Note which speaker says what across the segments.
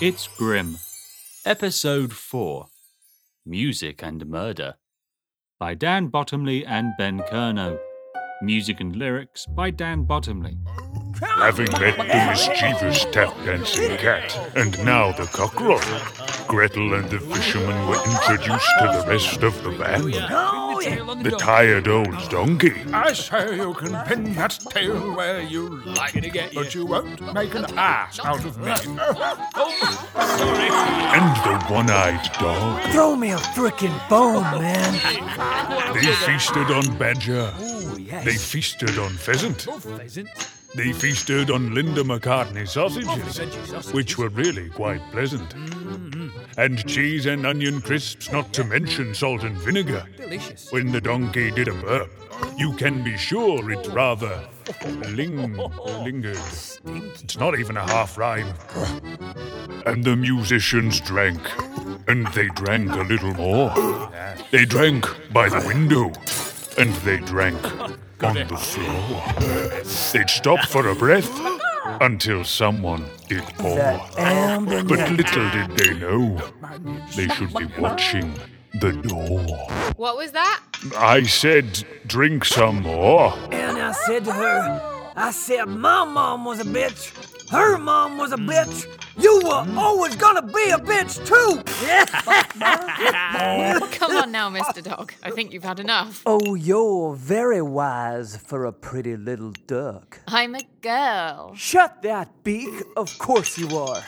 Speaker 1: It's Grim, Episode 4 Music and Murder by Dan Bottomley and Ben Kerno. Music and lyrics by Dan Bottomley.
Speaker 2: Having met the mischievous tap dancing cat and now the cockroach, Gretel and the fisherman were introduced to the rest of the band.
Speaker 3: Oh, yeah.
Speaker 2: The tired old donkey,
Speaker 4: I say you can pin that tail where you like, but you won't make an ass out of me.
Speaker 2: and the one eyed dog.
Speaker 3: Throw me a frickin' bone, man.
Speaker 2: They feasted on badger. They feasted on pheasant. They feasted on Linda McCartney sausages, which were really quite pleasant. And cheese and onion crisps, not to mention salt and vinegar. When the donkey did a burp, you can be sure it rather ling- lingered. It's not even a half rhyme. And the musicians drank, and they drank a little more. They drank by the window, and they drank on the floor. They'd stop for a breath until someone did pour.
Speaker 3: Amber
Speaker 2: But little did they know, they should be watching the door.
Speaker 5: What was that?
Speaker 2: I said, drink some more.
Speaker 3: And I said to her, I said, my mom was a bitch. Her mom was a bitch. You were always gonna be a bitch, too.
Speaker 5: Come on now, Mr. Dog. I think you've had enough.
Speaker 3: Oh, you're very wise for a pretty little duck.
Speaker 5: I'm a girl.
Speaker 3: Shut that beak. Of course you are.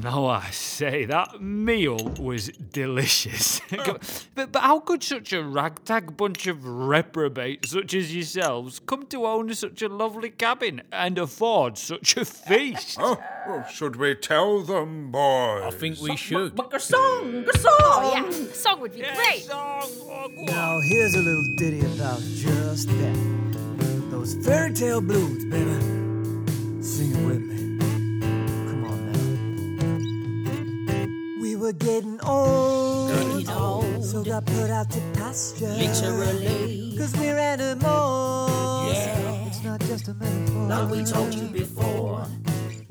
Speaker 6: No, I say that meal was delicious. but, but how could such a ragtag bunch of reprobates such as yourselves come to own such a lovely cabin and afford such a feast?
Speaker 4: Oh, well, should we tell them, boys? I think we should.
Speaker 5: Oh, yeah. The song would be great.
Speaker 3: Now here's a little ditty about just that. Those fairy tale blues, baby. Sing it with me. Come on now. We were getting old, so got put out to pasture. Literally, cause we're animals. Yeah. It's not just a metaphor. Like we told you before,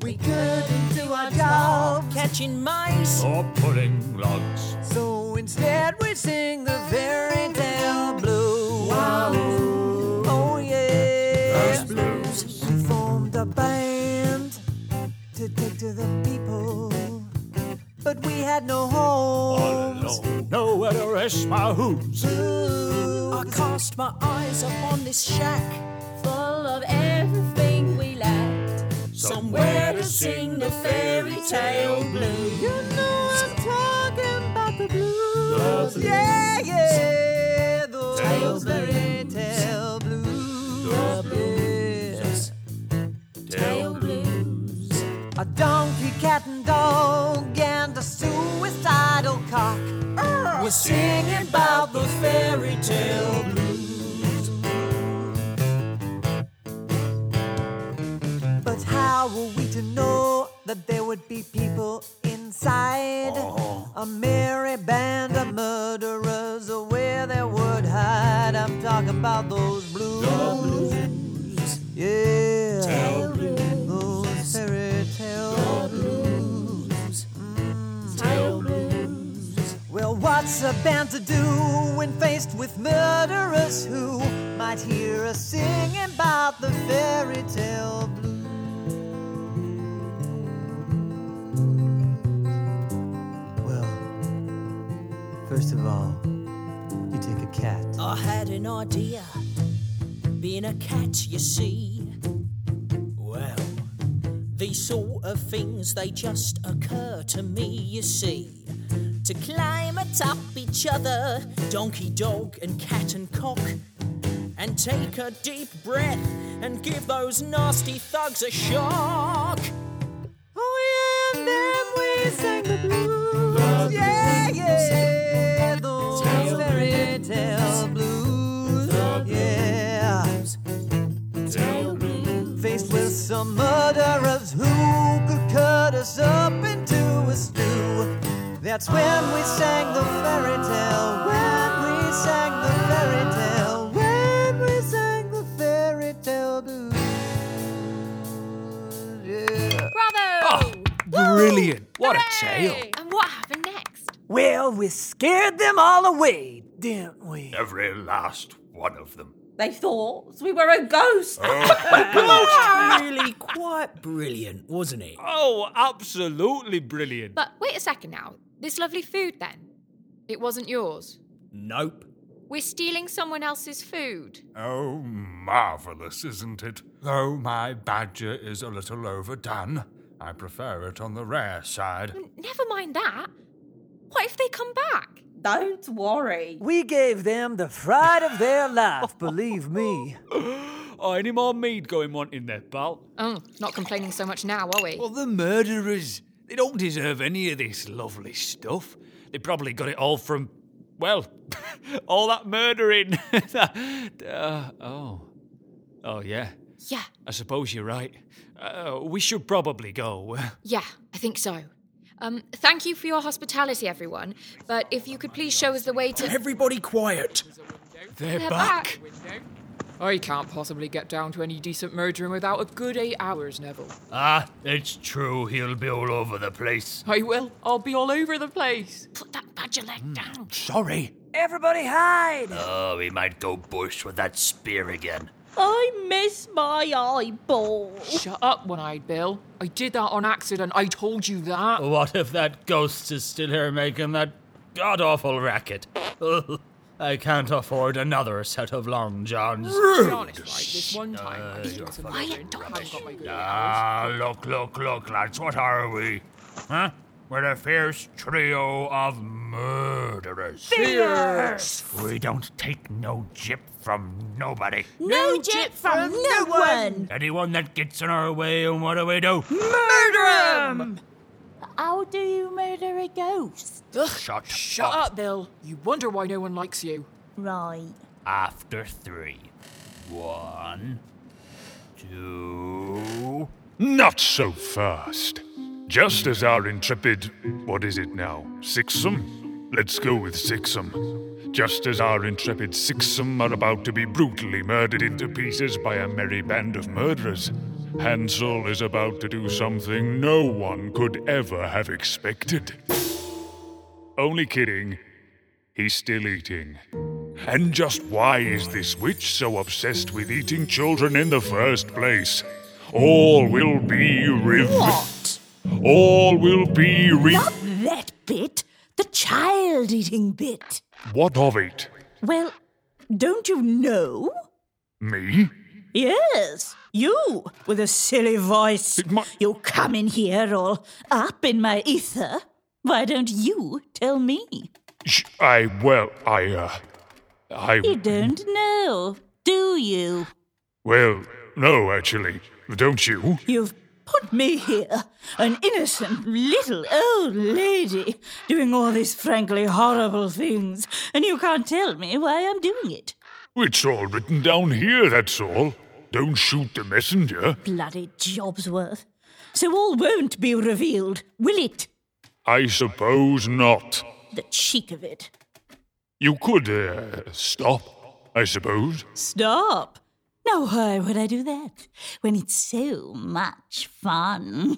Speaker 3: we couldn't do our job.
Speaker 7: catching mice.
Speaker 6: Or pudding logs.
Speaker 3: So instead, we sing the fairy tale blues. Oh yeah. We formed a band to take to the people, but we had no homes.
Speaker 6: Nowhere to rest my hooves.
Speaker 7: I cast my eyes upon this shack.
Speaker 8: full of everything we lacked.
Speaker 7: Somewhere to sing the fairy tale
Speaker 3: You
Speaker 7: blues.
Speaker 3: know I'm talking about the blues. Yeah, yeah. Those fairy tale blues. Yes.
Speaker 8: Tail blues.
Speaker 3: A donkey, cat, and dog, and a suicidal cock.
Speaker 7: We're singing about the fairy tale blues.
Speaker 3: But how were we to know that there would be people inside? A merry band of murderers, where they would hide. I'm talking about those blues. Yeah. Tell blues. Those fairy tale blues. Mm.
Speaker 8: Tail blues.
Speaker 3: Well, what's a band to do when faced with murderers who might hear us singing about the fairy tale blues? Well, first of all, you take a cat.
Speaker 7: I had an idea. Being a cat, you see. Well, these sort of things, they just occur to me, you see. To climb atop each other, donkey, dog, and cat and cock. And take a deep breath and give those nasty thugs a shock.
Speaker 3: Oh, yeah, then we sang the blues. yeah, yeah. Those fairy tale blues. yeah.
Speaker 8: Tail blues.
Speaker 3: Faced with some murderers who could cut us up into a stew. That's when we sang the fairy tale. When we sang the fairy tale. When we sang the fairy tale blues. Yeah.
Speaker 5: Bravo!
Speaker 6: Oh, Brilliant. What a tale.
Speaker 5: And what happened next?
Speaker 3: Well, we scared them all away, didn't we?
Speaker 4: Every last one of them.
Speaker 9: They thought we were a ghost.
Speaker 7: really quite brilliant, wasn't it?
Speaker 6: Oh, absolutely brilliant.
Speaker 5: But wait a second now. This lovely food, then. It wasn't yours.
Speaker 7: Nope.
Speaker 5: We're stealing someone else's food.
Speaker 4: Oh, marvellous, isn't it? Though my badger is a little overdone, I prefer it on the rare side.
Speaker 5: N- Never mind that. What if they come back?
Speaker 9: Don't worry.
Speaker 3: We gave them the fright of their life, believe me.
Speaker 6: Oh, any more mead going on in there, pal?
Speaker 5: Oh, not complaining so much now, are we?
Speaker 6: Well, the murderers. They don't deserve any of this lovely stuff. They probably got it all from, well, all that murdering. Uh, oh. Oh, yeah.
Speaker 5: yeah,
Speaker 6: I suppose you're right. Uh, we should probably go.
Speaker 5: yeah, I think so. Um, thank you for your hospitality, everyone. But if you could please show us the way to.
Speaker 7: Everybody quiet.
Speaker 6: They're,
Speaker 5: They're
Speaker 6: back.
Speaker 5: back.
Speaker 10: I can't possibly get down to any decent murdering without a good eight hours, Neville.
Speaker 11: Ah, it's true. He'll be all over the place.
Speaker 10: I will. I'll be all over the place.
Speaker 5: Put that badger leg down.
Speaker 11: Sorry.
Speaker 3: Everybody hide!
Speaker 11: Oh, he might go bush with that spear again.
Speaker 9: I miss my eyeball.
Speaker 10: Shut up, one eyed Bill. I did that on accident. I told you that.
Speaker 11: What if that ghost is still here making that god awful racket? Ugh, I can't afford another set of long johns.
Speaker 10: To be honest, right, this one time I did some murdering. I haven't got my good eight hours.
Speaker 4: Ah, look, look, look, lads, what are we? Huh? We're a fierce trio of murderers.
Speaker 9: Fierce.
Speaker 4: We don't take no jip from nobody.
Speaker 9: No jet from no one.
Speaker 11: Anyone that gets in our way, and what do we do?
Speaker 9: How do you murder a ghost?
Speaker 11: Shut,
Speaker 10: Shut up, Bill. You wonder why no one likes you.
Speaker 9: Right.
Speaker 11: After three. One, two.
Speaker 2: Not so fast. Just as our intrepid, what is it now, sixum? Let's go with sixum. Just as our intrepid sixum are about to be brutally murdered into pieces by a merry band of murderers, Hansel is about to do something no one could ever have expected. Only kidding. He's still eating. And just why is this witch so obsessed with eating children in the first place? All will be rev-
Speaker 9: What?
Speaker 2: All will be re-
Speaker 9: Not that bit. The child eating bit.
Speaker 2: What of it?
Speaker 9: Well, don't you know?
Speaker 2: Me?
Speaker 9: Yes, you with a silly voice.
Speaker 2: mi-
Speaker 9: You come in here all up in my ether. Why don't you tell me?
Speaker 2: Sh- I well, I uh,
Speaker 9: You
Speaker 2: I
Speaker 9: don't know, do you?
Speaker 2: well, no, actually, don't you?
Speaker 9: You've put me here, an innocent little old lady, doing all these frankly horrible things, and you can't tell me why I'm doing it.
Speaker 2: It's all written down here. That's all. Don't shoot the messenger.
Speaker 9: Bloody Jobsworth. So all won't be revealed, will it?
Speaker 2: I suppose not.
Speaker 9: The cheek of it.
Speaker 2: You could uh, stop. I suppose.
Speaker 9: Stop! Now, why would I do that when it's so much fun?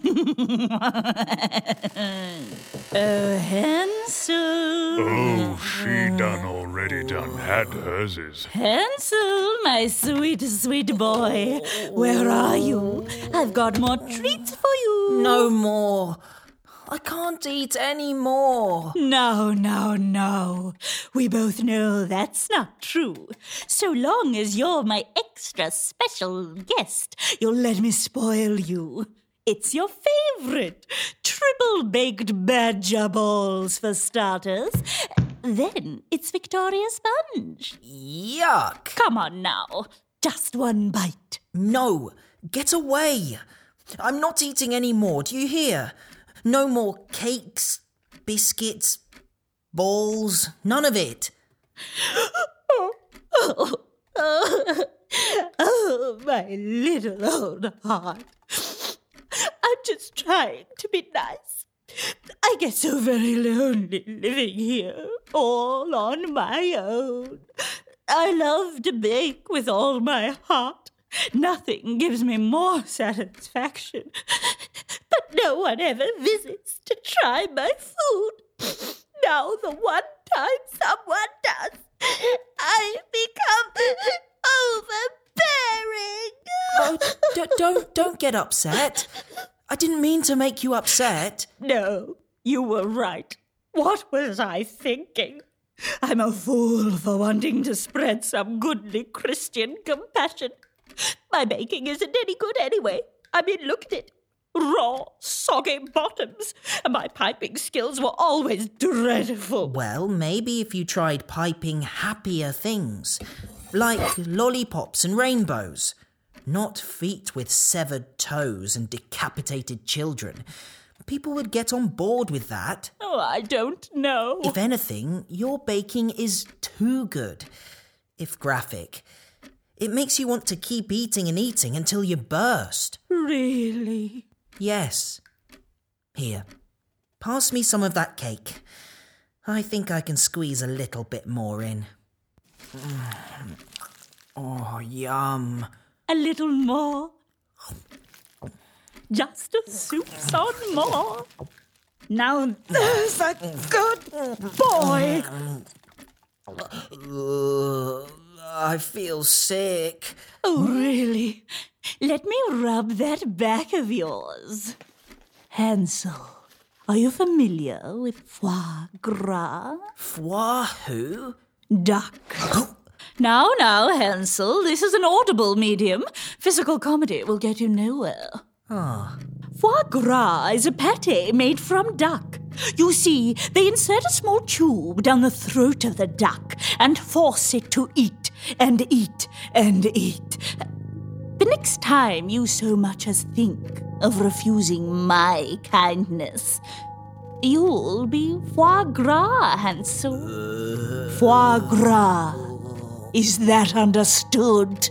Speaker 9: oh, Hansel!
Speaker 2: Oh, she done already done had herses.
Speaker 9: Hansel, my sweet, sweet boy, where are you? I've got more treats for you.
Speaker 7: No more. I can't eat any more.
Speaker 9: No, no, no. We both know that's not true. So long as you're my extra special guest, you'll let me spoil you. It's your favorite triple baked badger balls for starters. Then it's Victoria Sponge.
Speaker 7: Yuck.
Speaker 9: Come on now, just one bite.
Speaker 7: No. Get away. I'm not eating any more. Do you hear? No more cakes, biscuits, balls. None of it.
Speaker 9: Oh, oh, oh, my little old heart. I'm just trying to be nice. I get so very lonely living here, all on my own. I love to bake with all my heart. Nothing gives me more satisfaction. But no No one ever visits to try my food. Now, the one time someone does, I become
Speaker 7: Oh, d- don't don't get upset. I didn't mean to make you upset.
Speaker 9: No, you were right. What was I thinking? I'm a fool for wanting to spread some goodly Christian compassion. My baking isn't any good anyway. I mean, look at it. Raw, soggy bottoms. And my piping skills were always dreadful.
Speaker 7: Well, maybe if you tried piping happier things, like lollipops and rainbows, not feet with severed toes and decapitated children. People would get on board with that.
Speaker 9: Oh, I don't know.
Speaker 7: If anything, your baking is too good, if graphic. It makes you want to keep eating and eating until you burst.
Speaker 9: Really?
Speaker 7: Yes. Here, pass me some of that cake. I think I can squeeze a little bit more in. Mm. Oh, yum.
Speaker 9: A little more. Just a soupçon more. Now there's a good boy.
Speaker 7: Ugh, I feel sick.
Speaker 9: Oh, really? Let me rub that back of yours. Hansel, are you familiar with foie gras?
Speaker 7: Foie who?
Speaker 9: Duck. Now, now, Hansel, this is an audible medium. Physical comedy will get you nowhere.
Speaker 7: Ah.
Speaker 9: Foie gras is a pate made from duck. You see, they insert a small tube down the throat of the duck and force it to eat and eat and eat. The next time you so much as think of refusing my kindness, you'll be foie gras, Hansel. Foie gras. Is that understood?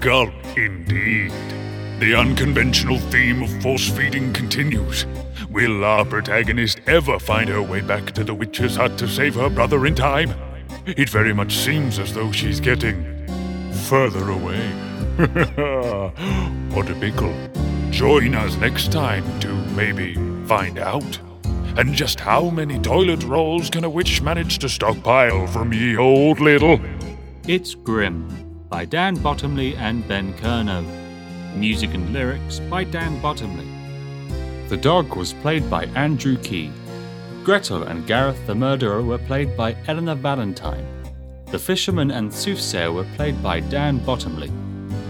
Speaker 2: Gulp, indeed. The unconventional theme of force feeding continues. Will our protagonist ever find her way back to the witch's hut to save her brother in time? It very much seems as though she's getting further away. what a pickle. Join us next time to maybe find out. And just how many toilet rolls can a witch manage to stockpile from ye old little?
Speaker 1: It's Grim by Dan Bottomley and Ben Kerno. Music and lyrics by Dan Bottomley. The dog was played by Andrew Key. Gretel and Gareth the murderer were played by Eleanor Valentine. The fisherman and soothsayer were played by Dan Bottomley.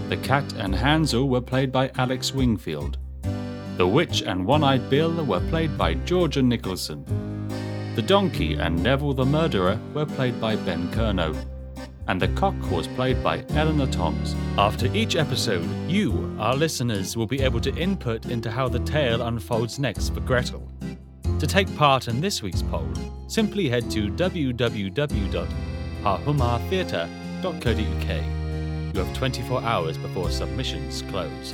Speaker 1: The cat and Hansel were played by Alex Wingfield. The Witch and One Eyed Bill were played by Georgia Nicholson. The Donkey and Neville the Murderer were played by Ben Kerno. And the Cock was played by Eleanor Toms.
Speaker 11: After each episode, you, our listeners, will be able to input into how the tale unfolds next for Gretel. To take part in this week's poll, simply head to www.harhumartheatre.co.uk. You have 24 hours before submissions close.